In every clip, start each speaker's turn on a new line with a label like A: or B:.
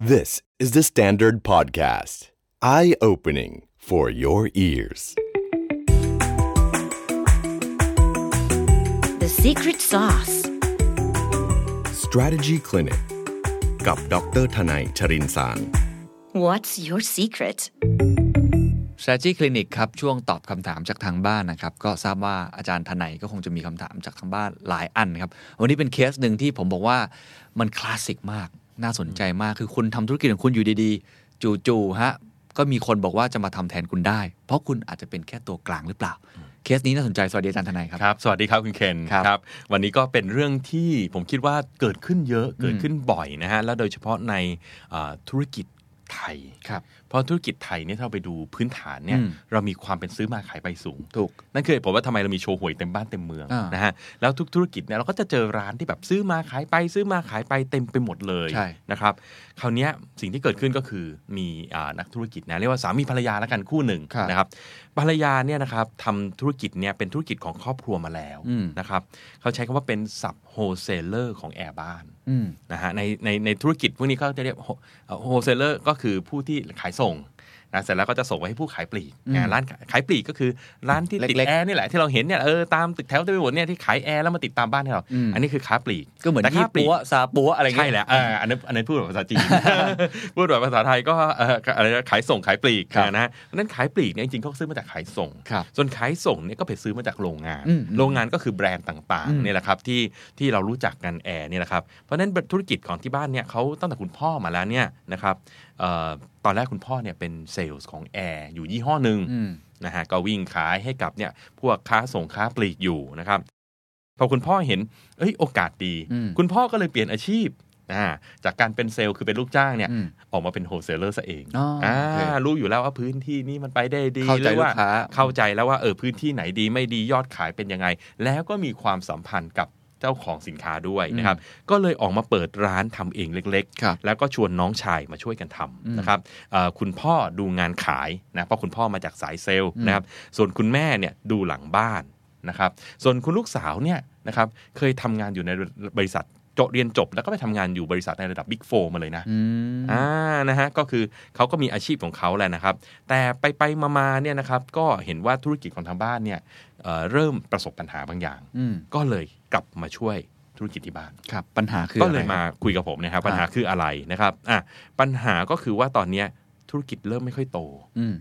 A: This is the Standard Podcast. Eye opening for your ears.
B: The secret sauce.
A: Strategy Clinic กับดรทนายชรินสาร
B: What's your secret?
C: strategy clinic ครับช่วงตอบคำถามจากทางบ้านนะครับ ก็ทราบว่าอาจารย์ทนายก็คงจะมีคำถามจากทางบ้านหลายอันครับ วันนี้เป็นเคสหนึ่งที่ผมบอกว่ามันคลาสสิกมาก น่าสนใจมากคือคุณทำธุรกิจของคุณอยู่ดีๆ จู่ๆฮะก็มีคนบอกว่าจะมาทำแทนคุณได้ เพราะคุณอาจจะเป็นแค่ตัวกลางหรือเปล่า เคสนี้น่าสนใจสวัสดีอาจารย์ทนายครับ
D: ครับ สวัสดีครับคุณเคน
C: ครับ
D: วันนี้ก็เป็นเรื่องที่ผมคิดว่าเกิดขึ้นเยอะ เกิดขึ้นบ่อยนะฮะ และโดยเฉพาะในเอ่อธุรกิจไทย
C: ครับ
D: เพราะธุรกิจไทยเนี่ยถ้าเราไปดูพื้นฐานเนี่ย
C: อืม
D: เรามีความเป็นซื้อมาขายไปสูง
C: ถูก
D: นั่นคือเหตุผลว่าทำไมเรามีโชว์หวยเต็มบ้านเต็มเมือง
C: อ่าน
D: นะฮะ แล้วทุกธุรกิจเนี่ยเราก็จะเจอร้านที่แบบซื้อมาขายไป ซื้อมาขายไปเต็มไปหมดเลย
C: ใช่
D: นะครับ คราวเนี้ยสิ่งที่เกิดขึ้นก็คือมีอ่านักธุรกิจนะเรียกว่าสามีภรรยาละกันคู่หนึ่ง
C: ครับ
D: นะครับ ภรรยาเนี่ยนะครับทำธุรกิจเนี่ยเป็นธุรกิจของครอบครัวมาแล้ว
C: อืม
D: นะครับเขาใช้คำว่าเป็นสับโฮเซเลอร์ของแอร์บ้าน
C: อืม
D: นะฮะในในในธุรกิจพวกนี้เขาจะเรียกโฮเซเลอร์ก็คือผู้ที่ขายส่งนะเสร็จแล้วก็จะส่งไปให้ผู้ขายปลีก
C: อืม
D: อ่าร้านขายปลีกก็คือร้านที่ติด
C: เล็กๆ
D: แอร์นี่แหละที่เราเห็นเนี่ยเออตามตึกแถวเต็มไปหมดเนี่ยที่ขายแอร์แล้วมาติดตามบ้านให้เรา
C: อืม
D: นนี้คือค้าปลีก
C: ก็เหมือน
D: แต่
C: ยี่
D: ค้าปลีก
C: ปัวซาปัวอะไรเงี้ย
D: ใช่แล้วเอออันนั้นอันนั้นพูดแบบภาษาจีน พูดแบบภาษาไทยก็เอ่ออะไรนะขายส่งขายปลีก
C: ครับ
D: นะฮะเพราะฉะนั้นขายปลีกเนี่ยจริงๆเขาซื้อมาจากขายส่ง
C: ครับ
D: ส่วนขายส่งเนี่ยก็ไปซื้อมาจากโรงงาน
C: อืมอืม
D: โรงงานก็คือแบรนด์ต่าง
C: อืม
D: ๆเนี่ยแหละครับที่ที่เรารู้จักกันแอร์เนี่ยแหละครับ เพราะฉะนั้นธุรกิจของที่บ้านเนี่ยเขาตั้งแต่คุณพ่อมาแล้วเนี่ยนะครับเอ่อตอนแรกคุณพ่อเนี่ยเป็นเซลล์ของแอร์อยู่ยี่ห้อหนึ่ง นะฮะก็วิ่งขายให้กับเนี่ยพวกค้าส่งค้าปลีกอยู่นะครับพอคุณพ่อเห็นเอ้ยโอกาสดี
C: อืม
D: คุณพ่อก็เลยเปลี่ยนอาชีพอ่าจากการเป็นเซลล์คือเป็นลูกจ้างเนี่ย
C: อืม
D: ออกมาเป็นโฮลเซลเลอร์ซะเอง
C: อ๋ออ่โอเค
D: รู้อยู่แล้วว่าพื้นที่นี่มันไปได้ดี
C: เข้าใจ
D: หรือว่า
C: ลูกค้า
D: เข้าใจแล้วว่าเออพื้นที่ไหนดีไม่ดียอดขายเป็นยังไง แล้วก็มีความสัมพันธ์กับเจ้าของสินค้าด้วยนะครับก็เลยออกมาเปิดร้านทำเองเล็ก ๆ
C: ครับ
D: แล้วก็ชวนน้องชายมาช่วยกันท
C: อืม
D: ำนะครับเอ่อคุณพ่อดูงานขายนะเพราะคุณพ่อมาจากสายเซลล์นะครับส่วนคุณแม่เนี่ยดูหลังบ้านนะครับส่วนคุณลูกสาวเนี่ยนะครับเคยทำงานอยู่ในบริษัทจบเรียนจบ แล้วก็ไปทำงานอยู่บริษัทในระดับบิ๊กโฟมาเลยนะอ่านะฮะก็คือเขาก็มีอาชีพของเขาแหละนะครับ แต่ไปไปมามาเนี่ยนะครับก็เห็นว่าธุรกิจของทางบ้านเนี่ยเอ่อเริ่มประสบปัญหาบางอย่าง
C: อืม
D: ก็เลยกลับมาช่วยธุรกิจที่บ้าน
C: ครับปัญหาคือ
D: ก็
C: อะไร
D: เลยมาคุยกับผมนะครับปัญหาคืออะไรนะครับอ่ะปัญหาก็คือว่าตอนเนี้ยธุรกิจเริ่มไม่ค่อยโต
C: อืม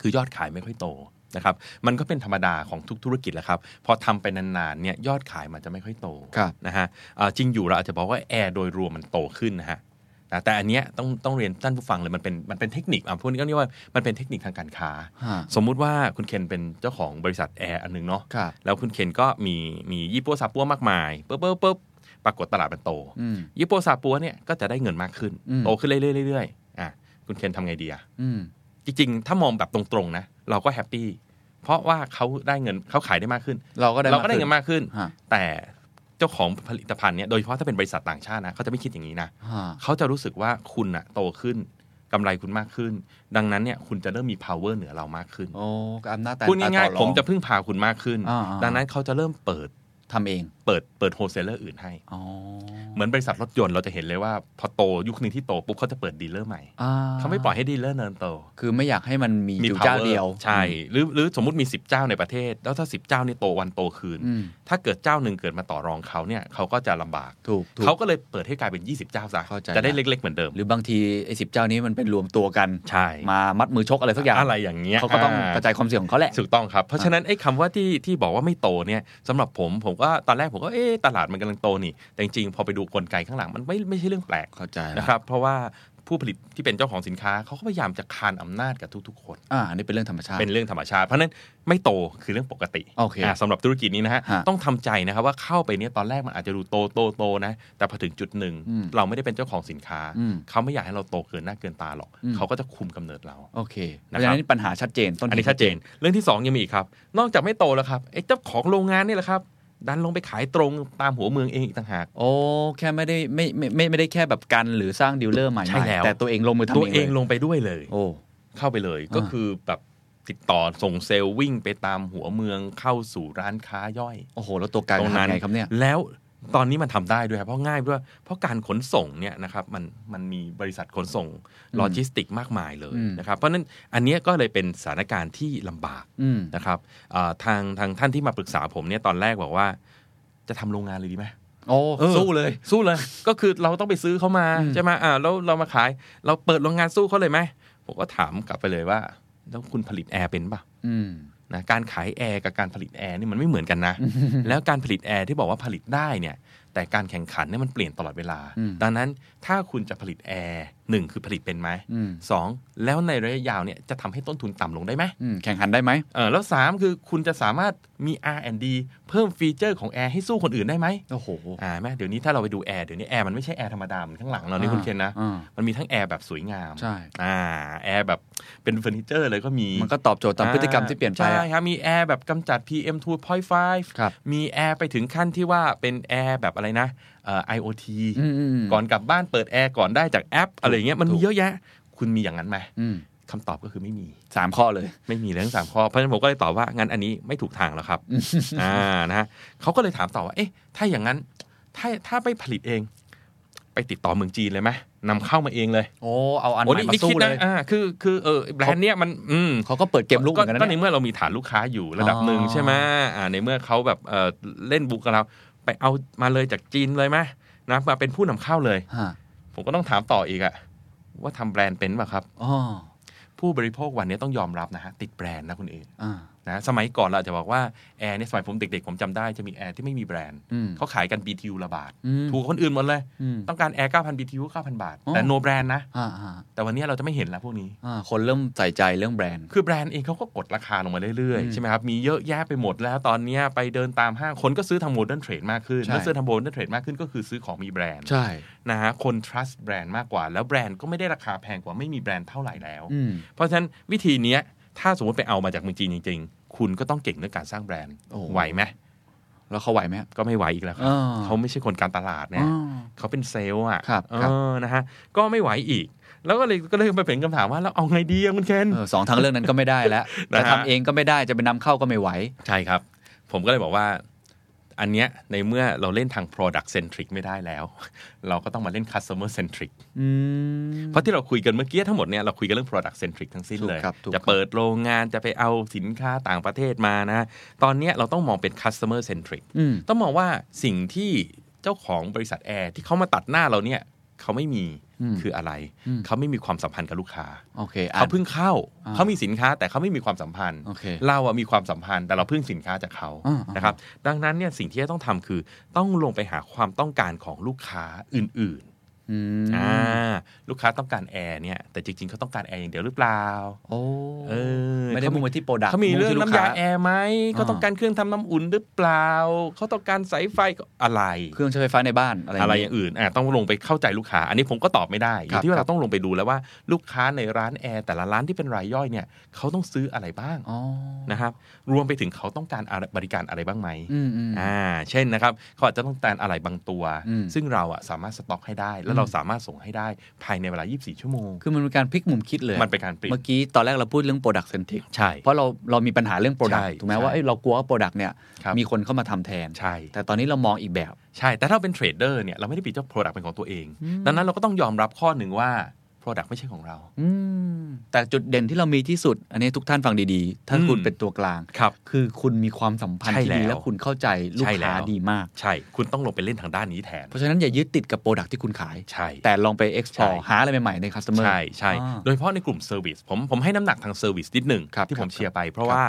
D: คือยอดขายไม่ค่อยโตนะครับมันก็เป็นธรรมดาของทุกธุรกิจแหละครับพอทำไปนานๆเนี่ยยอดขายมันจะไม่ค่อยโต
C: ครับ
D: นะฮะอ่าจริงอยู่เราอาจจะบอกว่าแอร์โดยรวมมันโตขึ้นนะฮะนะแต่อันเนี้ยต้องต้องเรียนท่านผู้ฟังเลยมันเป็นมันเป็นเทคนิคอ่ะพวกนี้ก็เรียกว่ามันเป็นเทคนิคทางการค้า
C: ฮะ
D: สมมุติว่าคุณเคนเป็นเจ้าของบริษัทแอร์อันหนึงเนาะ
C: ครับ
D: แล้วคุณเคนก็มีมียี่ปัวซาปัวมากมายปุ๊บปุ๊บปุ๊บปรากฏตลาดมันโต
C: อืม
D: ยี่ปัวซาปัวเนี่ยก็จะได้เงินมากขึ้น
C: อืม
D: โตขึ้นเรื่อยๆเรื่อยๆอ่ะคุณเคนทำไงดีอะ
C: อืม
D: จริงๆ ถ้ามองแบบตรงๆนะ เราก็แฮปปี้ เพราะว่าเขาได้เงินเขาขายได้มากขึ้น
C: เราก็ได้
D: เราก็ได้เงินมากขึ้น
C: ฮะ
D: แต่เจ้าของผลิตภัณฑ์เนี่ยโดยเฉพาะถ้าเป็นบริษัทต่างชาตินะเขาจะไม่คิดอย่างนี้นะ
C: ฮะ
D: เขาจะรู้สึกว่าคุณอะโตขึ้นกำไรคุณมากขึ้น ดังนั้นเนี่ยคุณจะเริ่มมี power เหนือเรามากขึ้น
C: โอ้ก็อำนาจแต่
D: พูดง่าย
C: ต่อร
D: ๆผมจะพึ่งพาคุณมากขึ้น
C: อ่า
D: ดังนั้นเขาจะเริ่มเปิด
C: ทำเอง
D: เปิดเปิดโฮลเซลเลอร์อื่นให้
C: อ๋อ
D: เหมือนบริษัทรถยนต์เราจะเห็นเลยว่า พอโตยุคหนึ่งที่โตปุ๊บเขาจะเปิดดีลเลอร์ใหม่
C: อ่
D: เขาไม่ปล่อยให้ดีลเลอร์เนินโต
C: คือไม่อยากให้มันมีอยู่
D: power
C: เจ้าเดียว
D: ใช่หรือหรือสมมติมี 10 เจ้าในประเทศ แล้วถ้า 10 เจ้านี่โตวันโตคืน
C: อืม
D: ถ้าเกิดเจ้าหนึ่งเกิดมาต่อรองเขาเนี่ยเขาก็จะลำบาก
C: ถูกถูก
D: เขาก็เลยเปิดให้กลายเป็น 20 เจ้าซะ
C: เข้าใจ
D: จะได้
C: ละ
D: เล็ก ๆ เหมือนเดิม
C: หรือบางทีไอ้สิบเจ้านี้มันเป็นรวมตัวกัน
D: ใช่
C: มามัดมือชกอะไรสักอย่าง
D: อะไรอย่างเงี้ย
C: เขาก็ต้อง
D: า
C: กระจายความเสี่ยงของเขาแหละ
D: ถูกต้องครับ เพราะฉะนั้นไอ้คำว่าที่ที่บอกว่าไม่โตเนี่ยสำหรับผมผมก็ตอนแรกผมก็เอ๊ะตลาดมันกำลังโตนี่ แต่จริงๆ พอไปดูกลไกข้างหลังมันไม่ไม่ใช่เรื่องแปลก
C: เข้าใจละ
D: นะครับเพราะว่าผู้ผลิตที่เป็นเจ้าของสินค้าเขาก็พยายามจะคานอำนาจกับทุกๆ คน
C: อ่าอันนี้เป็นเรื่องธรรมชาติ
D: เป็นเรื่องธรรมชาติเพราะฉะนั้นไม่โตคือเรื่องปกติ
C: โอเค
D: อ่ะสำหรับธุรกิจนี้นะฮะ
C: ฮะ
D: ต้องทำใจนะครับว่าเข้าไปเนี่ยตอนแรกมันอาจจะดูโตโตโตนะแต่พอถึงจุดหนึ่ง
C: อืม
D: เราไม่ได้เป็นเจ้าของสินค้า
C: อืม
D: เขาไม่อยากให้เราโตเกินหน้าเกินตาหรอก
C: อืม
D: เขาก็จะคุมกำเนิดเรา
C: โอเคเพ
D: นะครับ
C: ราะฉะนั้นปัญหาชัดเจนต้น
D: อันนี้ชัดเจน เรื่องที่ 2 ยังมีอีกครับ นอกจากไม่โตแล้วครับไอ้เจ้าของโรงงานนี่แหละครับ ดันลงไปขายตรงตามหัวเมืองเองอีกต่างหาก
C: โอ้แค่ไม่ได้ไม่ไม่ไม่ไม่ได้แค่แบบกันหรือสร้างดีลเลอร์ใหม่
D: ใช่แล้ว
C: แต่ตัวเองลงมือทำ
D: ตัวเอง
C: เลย
D: ลงไปด้วยเลย
C: โอ้
D: เข้าไปเลยก็คือแบบติดต่อส่งเซลล์วิ่งไปตามหัวเมืองเข้าสู่ร้านค้าย่อย
C: โอ้โห แล้วตัวกลาง
D: ตรงนั้น
C: ทำไงครับเนี่ย
D: แล้ว ตอนนี้มันทำได้ด้วยครับเพราะง่ายด้วยเพราะการขนส่งเนี่ยนะครับมันมันมีบริษัทขนส่งโลจิสติกมากมายเลย
C: อืม
D: นะครับเพราะฉะนั้นอันเนี้ยก็เลยเป็นสถานการณ์ที่ลำบาก
C: อืม
D: นะครับอ่าทางทางท่านที่มาปรึกษาผมเนี่ยตอนแรกบอกว่า จะทำโรงงานเลยดีไหม
C: โอ้
D: ออ
C: สู้เลย
D: สู้เลย ก็คือเราต้องไปซื้อเขามา
C: อืม
D: ใช่ไหมอ่าแล้วเรามาขาย เราเปิดโรงงานสู้เขาเลยไหมผมก็ถามกลับไปเลยว่า แล้วคุณผลิตแอร์เป็นปะ
C: อืม
D: นะการขายแอร์กับการผลิตแอร์นี่มันไม่เหมือนกันนะ แล้วการผลิตแอร์ที่บอกว่าผลิตได้เนี่ยแต่การแข่งขันเนี่ยมันเปลี่ยนตลอดเวลา
C: อืม
D: ดังนั้นถ้าคุณจะผลิตแอร์หนึ่งคือผลิตเป็นไหม
C: อืม
D: สองแล้วในระยะยาวเนี่ยจะทำให้ต้นทุนต่ำลงได้ไหม
C: อืมแข่งขันได้ไหม
D: เออแล้ว 3 คือคุณจะสามารถมี R&D เพิ่มฟีเจอร์ของ Air ให้สู้คนอื่นได้ไหม
C: โอ้โห
D: อ่าแม่เดี๋ยวนี้ถ้าเราไปดู Air เดี๋ยวนี้ Air มันไม่ใช่ Air ธรรมดาเหมือนข้างหลังเราเนี่ยคุณเคนนะ
C: อ่า
D: มันมีทั้ง Air แบบสวยงาม
C: ใช่
D: อ่า Air แบบเป็นเฟอร์นิเจอร์เลยก็มี
C: มันก็ตอบโจทย์ตามพฤติกรรมที่เปลี่ยนไปอะ
D: ใช่ครับ มี Air แบบกำจัด PM 2.5
C: ครับ
D: มี Air ไปถึงขั้นที่ว่าเป็น Air แบบอะไรนะเอ่อ IoT
C: อืมอืมอืม
D: ก่อนกลับบ้านเปิด Air ก่อนได้จากแอป อะไรอย่างเงี้ยมันมีเยอะแยะ คุณมีอย่างนั้นไหม
C: อืม
D: คำตอบก็คือไม่มี
C: สามข้อเลย
D: ไม่มีเลยทั้งสามข้อ เพราะฉะนั้นผมก็เลยตอบว่างั้นอันนี้ไม่ถูกทางแล้วครับ อ่านะฮะเขาก็เลยถามต่อว่า เอ๊ะ ถ้าอย่างนั้น ถ้าถ้าไม่ผลิตเอง ไปติดต่อเมืองจีนเลยไหมนำเข้ามาเองเลย
C: โอ้ เอาอันให
D: โอ้
C: ม่
D: นี่
C: มา
D: นี่
C: สู้
D: คิด
C: เลย
D: นะอ่าคือคือเออแบรนด์เนี้ยมันอืม
C: เขาก็เปิดเกมลุกเหมือนกันนะ
D: ก็ใน
C: เนี่ย
D: เมื่อเรามีฐานลูกค้าอยู่ระดับหนึ่ง
C: อ๋อ
D: ใช่ไหมอ่าในเมื่อเขาแบบเออเล่นบุกกับเรา ไปเอามาเลยจากจีนเลยไหมนะมาเป็นผู้นำเข้าเลย
C: ฮะ
D: ผมก็ต้องถามต่ออีกอะว่าทำแบรนด์เป็นป่ะครับ
C: อ๋อ
D: ผู้บริโภควันนี้ต้องยอมรับนะฮะติดแบรนด์นะคุณเอก
C: อ่า
D: นะสมัยก่อนเราอาจจะบอกว่า แอร์เนี่ยสมัยผมเด็กๆ ผมจำได้จะมีแอร์ที่ไม่มีแบรนด์
C: อืม
D: เขาขายกัน BTU ละบาท
C: อืม
D: ถูกกว่าคนอื่นหมดเลย
C: อืม
D: ต้องการแอร์9,000 BTU 9,000 บาท
C: อ๋อ
D: แต่ no แบรนด์นะ
C: อ่าอ่า
D: แต่วันนี้เราจะไม่เห็นแล้วพวกนี้
C: อ่าคนเริ่มใส่ใจเรื่องแบรนด์
D: คือแบรนด์เองเขาก็กดราคาลงมาเรื่อย
C: อื
D: ๆ
C: ม
D: ใช่ไหมครับ มีเยอะแยะไปหมดแล้วตอนเนี้ยไปเดินตามห้างคนก็ซื้อทางโมเดิร์นเทรดมากขึ้น
C: ใช่
D: เมื่อซื้อทางโมเดิร์นเทรดมากขึ้นก็คือซื้อของมีแบรนด์
C: ใช่
D: นะฮะคน trust แบรนด์มากกว่า แล้วแบรนด์ก็ไม่ได้ราคาแพงกว่าไม่มีแบรนด์เท่าไหร่แล้ว
C: อืม
D: เพราะฉะนั้นวิธีเนี้ยถ้าสมมติไปเอามาจากเมืองจีนจริง ๆ คุณก็ต้องเก่งเรื่องการสร้างแบรนด์ไหวไหม
C: แล้วเขาไหวไหมครับ
D: ก็ไม่ไหวอีกแล้วครั
C: อ่
D: บ
C: า
D: เขาไม่ใช่คนการตลาดเนี่ย
C: อ๋อ
D: เขาเป็นเซลล์อ่ะ
C: ครับ
D: เอ
C: ครับ
D: อนะฮะก็ไม่ไหวอีก แล้วก็เลยก็เลยไปเป็นคำถามว่าแล้วเอาไงดีอะคุณเคน
C: เออสองทางเรื่องนั้นก็ไม่ได้แล้ว
D: นะฮะ
C: จะทำเองก็ไม่ได้จะไปนำเข้าก็ไม่ไหว
D: ใช่ครับ ผมก็เลยบอกว่าอันเนี้ยในเมื่อเราเล่นทาง product centric ไม่ได้แล้ว เราก็ต้องมาเล่น customer centric
C: อืม
D: เพราะที่เราคุยกันเมื่อกี้ทั้งหมดเนี่ยเราคุยกันเรื่อง product centric ทั้งสิ้นเลย
C: ถูกครับถูก
D: จะเปิดโรงงานจะไปเอาสินค้าต่างประเทศมานะ ตอนเนี้ยเราต้องมองเป็น customer centric
C: อืม
D: ต้องมองว่าสิ่งที่เจ้าของบริษัทแอร์ที่เขามาตัดหน้าเราเนี่ยเขาไม่มีคืออะไร เขาไม่มีความสัมพันธ์กับลูกค้า
C: โอเคอ่ะ
D: เขาเพิ่งเข้า
C: อ่า
D: เขามีสินค้าแต่เขาไม่มีความสัมพันธ์
C: โอเค
D: เราอะมีความสัมพันธ์แต่เราเพิ่งสินค้าจากเขา
C: อ่าอ่าน
D: นะครับ ดังนั้นเนี่ยสิ่งที่จะต้องทำคือต้องลงไปหาความต้องการของลูกค้าอื่นๆ
C: อืม
D: อ่าลูกค้าต้องการแอร์เนี่ยแต่จริงๆเขาต้องการแอร์อย่างเดียวหรือเปล่า
C: โอ้
D: เออ
C: ไม่ได้มุ่งไปที่โปรดักต์
D: เขามีเรื่องน้ำยาแอร์ไหมเขา
C: า
D: ต้องการเครื่องทำน้ำอุ่นหรือเปล่าเขาต้องการสายไฟอะไร
C: เครื่องใช้ไฟฟ้าในบ้านอะไร
D: อะไรอ
C: อา
D: ย่ย่าง ง
C: เงี้ย
D: อื่นอ่ะต้องลงไปเข้าใจลูกค้า อันนี้ผมก็ตอบไม่ได้อ
C: ครั
D: ยู่
C: บ
D: ที่ว่าเราต้องลงไปดูแล้วว่าลูกค้าในร้านแอร์แต่ละร้านที่เป็นรายย่อยเนี่ยเขาต้องซื้ออะไรบ้าง
C: อ๋อ
D: นะครับรวมไปถึงเขาต้องการอะไรบริการอะไรบ้างไหม
C: อืมอืม
D: อ่าเช่นนะครับเขาอาจจะต้องการอะไรบางตัว
C: อืม
D: ซึ่งเราอะสามารถสต็อกให้ได้ แล้วเราสามารถส่งให้ได้ภายในเวลา 24 ชั่วโมง
C: คือมันเป็นการพลิกมุมคิดเลย
D: มันเป็นการเปลี่ยน
C: เมื่อกี้ตอนแรกเราพูดเรื่อง product centric
D: ใช่
C: เพราะเราเรามีปัญหาเรื่อง product
D: ใช่
C: ถูกไหม
D: ใช่
C: ว่าเอ้ยเรากลัวว่า product เนี่ย
D: ครับ
C: มีคนเข้ามาทำแทน
D: ใช่
C: แต่ตอนนี้เรามองอีกแบบ
D: ใช่ แต่ถ้าเราเป็นเทรดเดอร์เนี่ยเราไม่ได้ปิดเจ้า Product เป็นของตัวเอง ดังนั้นเราก็ต้องยอมรับข้อหนึ่งว่า Product ไม่ใช่ของเรา
C: อืมแต่จุดเด่นที่เรามีที่สุด อันนี้ทุกท่านฟังดีๆ ถ้า
D: อืม
C: คุณเป็นตัวกลาง
D: ครับ
C: คือคุณมีความสัมพันธ์
D: ใช่
C: ที่ดี
D: แล้ว
C: และคุณเข้าใจลูก
D: ใช่แล้ว
C: ค้าดีมาก
D: ใช่ คุณต้องลงไปเล่นทางด้านนี้แทน
C: เพราะฉะนั้นอย่ายึดติดกับ Product ที่คุณขาย
D: ใช่
C: แต่ลองไป explore
D: ใช่
C: หาอะไรใหม่ๆใน customer
D: ใช่ใช่
C: อ่า
D: โดยเฉพาะในกลุ่มเซอร์วิสผมผมให้น้ำหนักทางเซอร์วิสนิดหนึ่ง
C: ครับ
D: ที่ผม
C: ครับ
D: เชียร์ไป เพราะว่า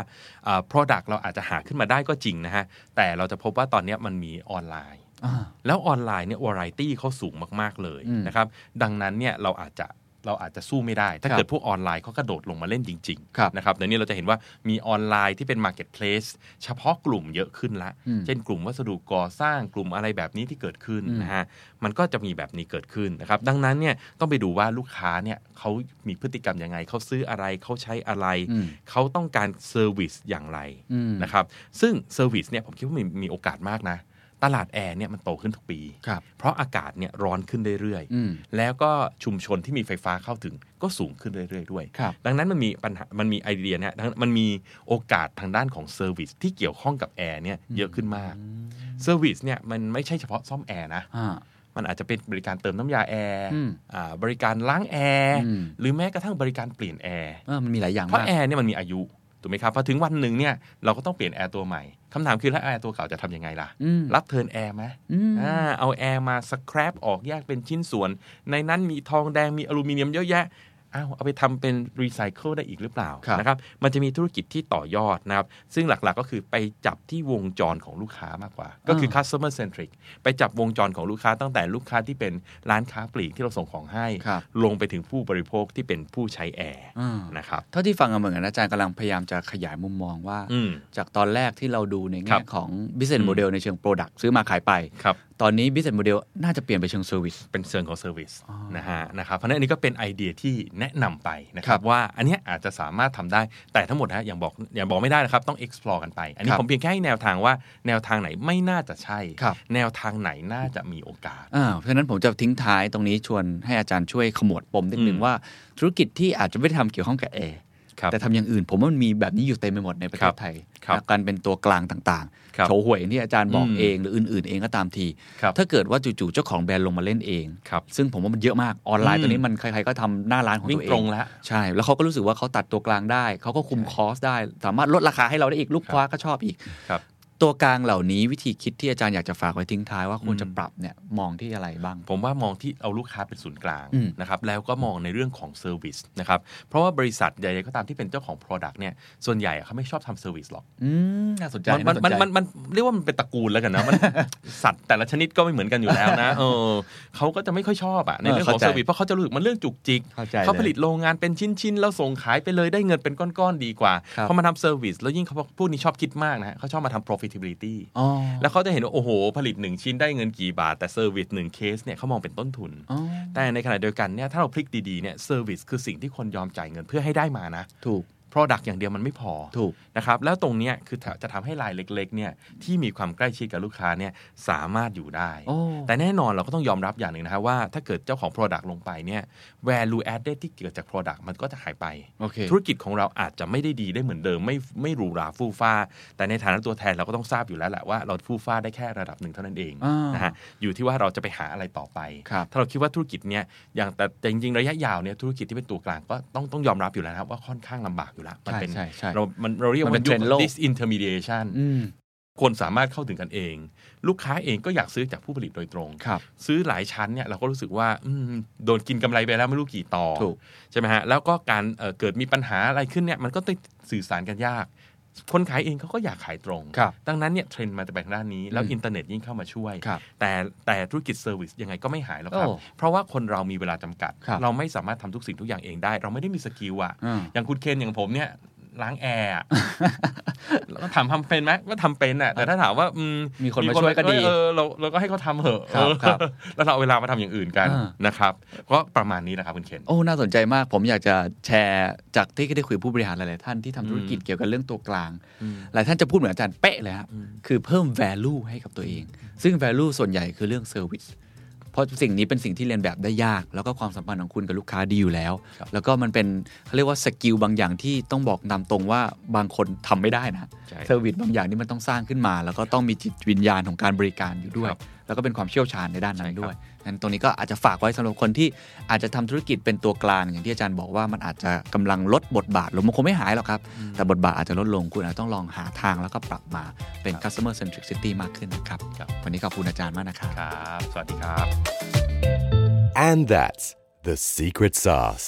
D: อ่า Product เราอาจจะหาขึ้นมาได้ก็จริงนะฮะแต่เราจะพบว่าตอนเนี้ยมันมีออนไลน์
C: อ่า
D: แล้วออนไลน์เนี่ยวาไรตี้เขาสูงมาก ๆ เลย
C: อืม
D: นะครับดังนั้นเนี่ยเราอาจจะเราอาจจะสู้ไม่ได้ ถ้า
C: ครับ
D: เกิดพวกออนไลน์เขากระโดดลงมาเล่นจริง
C: ครับ
D: นะครับเดี๋ยวนี้เราจะเห็นว่ามีออนไลน์ที่เป็น Marketplace เฉพาะกลุ่มเยอะขึ้นละ
C: อืม
D: เช่นกลุ่มวัสดุก่อสร้างกลุ่มอะไรแบบนี้ที่เกิดขึ้น
C: อืม
D: นะฮะมันก็จะมีแบบนี้เกิดขึ้นนะครับดังนั้นเนี่ยต้องไปดูว่าลูกค้าเนี่ยเขามีพฤติกรรมยังไงเขาซื้ออะไรเขาใช้อะไร
C: อืม
D: เขาต้องการเซอร์วิสอย่างไร
C: อืม
D: นะครับ ซึ่งเซอร์วิสเนี่ยผมคิดว่ามีมีโอกาสมากนะ ต ตลาดแอร์เนี่ยมันโตขึ้นทุกปี
C: ครับ
D: เพราะอากาศเนี่ยร้อนขึ้นเรื่อย
C: อืม
D: ๆ แล้วก็ชุมชนที่มีไฟฟ้าเข้าถึงก็สูงขึ้นเรื่อยๆด้วย
C: ครับ
D: ดังนั้นมันมีปัญหา มันมีไอเดียเนี่ยทั้งมันมีโอกาสทางด้านของเซอร์วิสที่เกี่ยวข้องกับแอร์เนี่ยเยอะขึ้นมาก เซอร์วิสเนี่ยมันไม่ใช่เฉพาะซ่อมแอร์นะ
C: อ่า
D: มันอาจจะเป็นบริการเติมน้ำยาแอร์
C: อืม
D: อ่าบริการล้างแอร์
C: อืม
D: หรือแม้กระทั่งบริการเปลี่ยนแอร์
C: เออมันมีหลายอย่าง
D: เพราะ
C: มาก
D: แอร์เนี่ยมันมีอายุถูกไหมครับพอถึงวันหนึ่งเนี่ยเราก็ต้องเปลี่ยนแอร์ตัวใหม่คำถามคือแล้วแอร์ตัวเก่าจะทำยังไงล่ะ
C: อืม
D: รับเทิร์นแอร์ไหม
C: อืม
D: อ่าเอาแอร์มาสครับออกแยกเป็นชิ้นส่วน ในนั้นมีทองแดงมีอลูมิเนียมเยอะแยะอ้าวเอาไปทำเป็นรีไซเคิลได้อีกหรือเปล่า
C: ครับ
D: นะครับมันจะมีธุรกิจที่ต่อยอดนะครับ ซึ่งหลักๆก็คือไปจับที่วงจรของลูกค้ามากกว่า ก็คือ customer centric ไปจับวงจรของลูกค้าตั้งแต่ลูกค้าที่เป็นร้านค้าปลีกที่เราส่งของให้
C: ครับ
D: ลงไปถึงผู้บริโภคที่เป็นผู้ใช้แอร์
C: อ่า
D: นะครับ
C: เท่าที่ฟังอะเหมือนกันอาจารย์กำลังพยายามจะขยายมุมมองว่า
D: อืม
C: จากตอนแรกที่เราดูใน
D: ครั
C: แง่
D: บ
C: ของ business model ในเชิง product ซื้อมาขายไป
D: ครับ
C: ตอนนี้ business model น่าจะเปลี่ยนไปเชิง service
D: เป็นเชิงของเซอร์วิสนะฮะนะครับเพราะฉะนั้นอันนี้ก็เป็นไอเดียที่แนะนำไปนะค
C: ครั
D: รับบ ว่าอันเนี้ยอาจจะสามารถทำได้แต่ทั้งหมดนะอย่างบอกอย่างบอกไม่ได้นะครับ ต้อง explore กันไป อันนี้
C: ครับ
D: ผมเพียงแค่ให้แนวทางว่าแนวทางไหนไม่น่าจะใช่
C: ครับ
D: แนวทางไหนน่าจะมีโอกาส
C: อ่าเพราะฉะนั้นผมจะทิ้งท้ายตรงนี้ชวนให้อาจารย์ช่วยขมวดปมนิดนึง
D: อืม
C: ว่าธุรกิจที่อาจจะไม่ได้ทำเกี่ยวข้องกับแอร์
D: ครับ
C: แต่ทำอย่างอื่น ผมว่ามันมีแบบนี้อยู่เต็มไปหมดในประเท
D: ครั
C: ศ
D: บ
C: ไทย
D: ครับ
C: นะการเป็นตัวกลางต่าง
D: ครับ
C: ๆโฉห่วยอย่างที่อาจารย์บอก
D: อืม
C: เองหรืออื่น ๆ เองก็ตามที
D: ครับ
C: ถ้าเกิดว่าจู่ๆเจ้าของแบรนด์ลงมาเล่นเอง
D: ครับ
C: ซึ่งผมว่ามันเยอะมากออนไลน์
D: อืม
C: ตอนนี้มันใครๆก็ทำหน้าร้านของ
D: วิ่
C: ตั
D: ง
C: วเอง
D: ตรงแล้ว
C: ใช่ แล้วเขาก็รู้สึกว่าเขาตัดตัวกลางได้ เขาก็คุมคอสได้ สามารถลดราคาให้เราได้อีก ลูกค้าก็ชอบอีก
D: ครับ
C: ตัวกลางเหล่านี้วิธีคิดที่อาจารย์อยากจะฝากไว้ทิ้งท้ายว่าควรจะ
D: อืม
C: ปรับเนี่ยมองที่อะไรบ้าง
D: ผมว่ามองที่เอาลูกค้าเป็นศูนย์กลาง
C: อืม
D: นะครับแล้วก็มองในเรื่องของเซอร์วิสนะครับเพราะว่าบริษัทใหญ่ๆก็ตามที่เป็นเจ้าของ Product เนี่ยส่วนใหญ่เขาไม่ชอบทำเซอร์วิสหรอก
C: ืมน่าสนใจ
D: มันมัน
C: น่าส
D: มัน
C: ใจ
D: นมันเรียกว่ามันเป็นตระกูลแล้วกันนะ มัน สัตว์แต่ละชนิดก็ไม่เหมือนกันอยู่แล้วนะเออเขาก็จะไม่ค่อยชอบอ่ะในเรื่องของ
C: เข้าใจ
D: เซอร์วิสเพราะเขาจะรู้สึกมันเรื่องจุกจิก
C: เข้าใจ
D: ผลิตโรงงานเป็นชิ้นๆแล้วส่งขายไปเลยได้เงินเป็นก้อนๆดีกว่า
C: ครับ
D: เพราะมาทำเซอร์วิสแล้วยิ่งเขาพวกนี้ชอบคิดมากนะฮะเขาชอบมาทำ profitability
C: อ๋อ
D: แล้วเขาจะเห็นว่าโอ้โห ผลิตหนึ่งชิ้นได้เงินกี่บาทแต่เซอร์วิสหนึ่งเคสเนี่ยเขามองเป็นต้นทุน
C: อ๋อ
D: แต่ในขณะเดียวกันเนี่ยถ้าเราพลิกดีๆเนี่ยเซอร์วิสคือสิ่งที่คนยอมจ่ายเงินเพื่อให้ได้มานะ
C: ถูก
D: Product อย่างเดียวมันไม่พอ
C: ถูก
D: นะครับแล้วตรงเนี้ยคือจะทำให้รายเล็กๆเนี่ยที่มีความใกล้ชิดกับลูกค้าเนี่ยสามารถอยู่ได้
C: โอ้
D: แต่แน่นอนเราก็ต้องยอมรับอย่างหนึ่งนะฮะว่าถ้าเกิดเจ้าของ Product ลงไปเนี่ย value added ที่เกิดจาก Product มันก็จะหายไป
C: โอเค
D: ธุรกิจของเราอาจจะไม่ได้ดีได้เหมือนเดิม ไม่ไม่หรูหราฟู่ฟ้า แต่ในฐานะตัวแทนเราก็ต้องทราบอยู่แล้วแหละว่าเราฟู่ฟ้าได้แค่ระดับหนึ่งเท่านั้นเอง
C: อ่าน
D: นะฮะอยู่ที่ว่าเราจะไปหาอะไรต่อไป
C: ครับ
D: ถ้าเราคิดว่าธุรกิจเนี่ยอย่างแต่แต่จริงๆระยะยาวเนี่ยธุรกิจที่เป็นตัวกลางก็ต้องต้องยอมรับอยู่แล้วนะครับว่าค่อนข้างลำบากอยู่แล้วมัเป็น
C: ใช่ใช่ใช่
D: เรามันเราเรียกว่า
C: มั
D: มัน น
C: เป็น
D: ยุค
C: trend โลก
D: disintermediation
C: อืม
D: คนสามารถเข้าถึงกันเอง ลูกค้าเองก็อยากซื้อจากผู้ผลิตโดยตรง
C: ครับ
D: ซื้อหลายชั้นเนี่ยเราก็รู้สึกว่าอืมโดนกินกำไรไปแล้วไม่รู้กี่ต่อ
C: ถูก
D: ใช่ไหมฮะแล้วก็การเอ่อเกิดมีปัญหาอะไรขึ้นเนี่ยมันก็ต้องสื่อสารกันยาก คนขายเองเขาก็อยากขายตรง
C: ครับ
D: ดังนั้นเนี่ยเทรนด์มาจะไปทางด้านนี้ แล้ว
C: อืม
D: อินเทอร์เน็ตยิ่งเข้ามาช่วย
C: ครับ
D: แต่แต่ธุรกิจเซอร์วิสยังไงก็ไม่หายหรอกครับ
C: โอ้
D: เพราะว่าคนเรามีเวลาจำกัด
C: ครับ
D: เราไม่สามารถทำทุกสิ่งทุกอย่างเองได้ เราไม่ได้มีสกิลอะ
C: อืม
D: อย่างคุณเคนอย่างผมเนี่ยล้างแอร์ อะ แล้วก็ถามทำเป็นไหมก็ทำเป็นอ่ะแต่ถ้าถามว่าอืม
C: มีคนมาช่วยก็ดี
D: เออเราเราก็ให้เขาทำเถอะ
C: ครับ
D: เออ
C: ครับ
D: แล้วเราเอาเวลามาทำอย่างอื่นกัน
C: อ่า
D: นะครับ ก็ประมาณนี้นะครับคุณเคน
C: โอ้น่าสนใจมาก ผมอยากจะแชร์จากที่ได้คุยกับผู้บริหารหลาย ๆ ท่านที่ทำธุรกิจเกี่ยวกับเรื่องตัวกลาง หลายท่านจะพูดเหมือนอาจารย์เป๊ะเลยครับคือเพิ่ม value ให้กับตัวเอง ซึ่ง value ส่วนใหญ่คือเรื่อง service เพราะสิ่งนี้เป็นสิ่งที่เรียนแบบได้ยาก แล้วก็ความสัมพันธ์ของคุณกับลูกค้าดีอยู่แล้ว แล้วก็มันเป็นเขาเรียกว่าสกิลบางอย่างที่ต้องบอกตามตรงว่าบางคนทำไม่ได้นะ
D: ใช่
C: เซอร์วิสบางอย่างนี่มันต้องสร้างขึ้นมา แล้วก็ต้องมีจิตวิญญาณของการบริการอยู่ด้วย
D: ครับ
C: แล้วก็เป็นความเชี่ยวชาญในด้านนั้น
D: ใช่ครับ
C: ด้วยนั้นตรงนี้ก็อาจจะฝากไว้สำหรับคนที่อาจจะทำธุรกิจเป็นตัวกลางอย่างที่อาจารย์บอกว่ามันอาจจะกำลังลดบทบาทลงมันคงไม่หายหรอกครับ แต่บทบาทอาจจะลดลงคุณอาจจะต้องลองหาทางแล้วก็ปรับมาเป็น customer centricity มากขึ้นนะครับ
D: ครับ
C: วันนี้ขอบคุณอาจารย์มากนะครับ
D: ครับ สวัสดีครับ
A: And that's the secret sauce.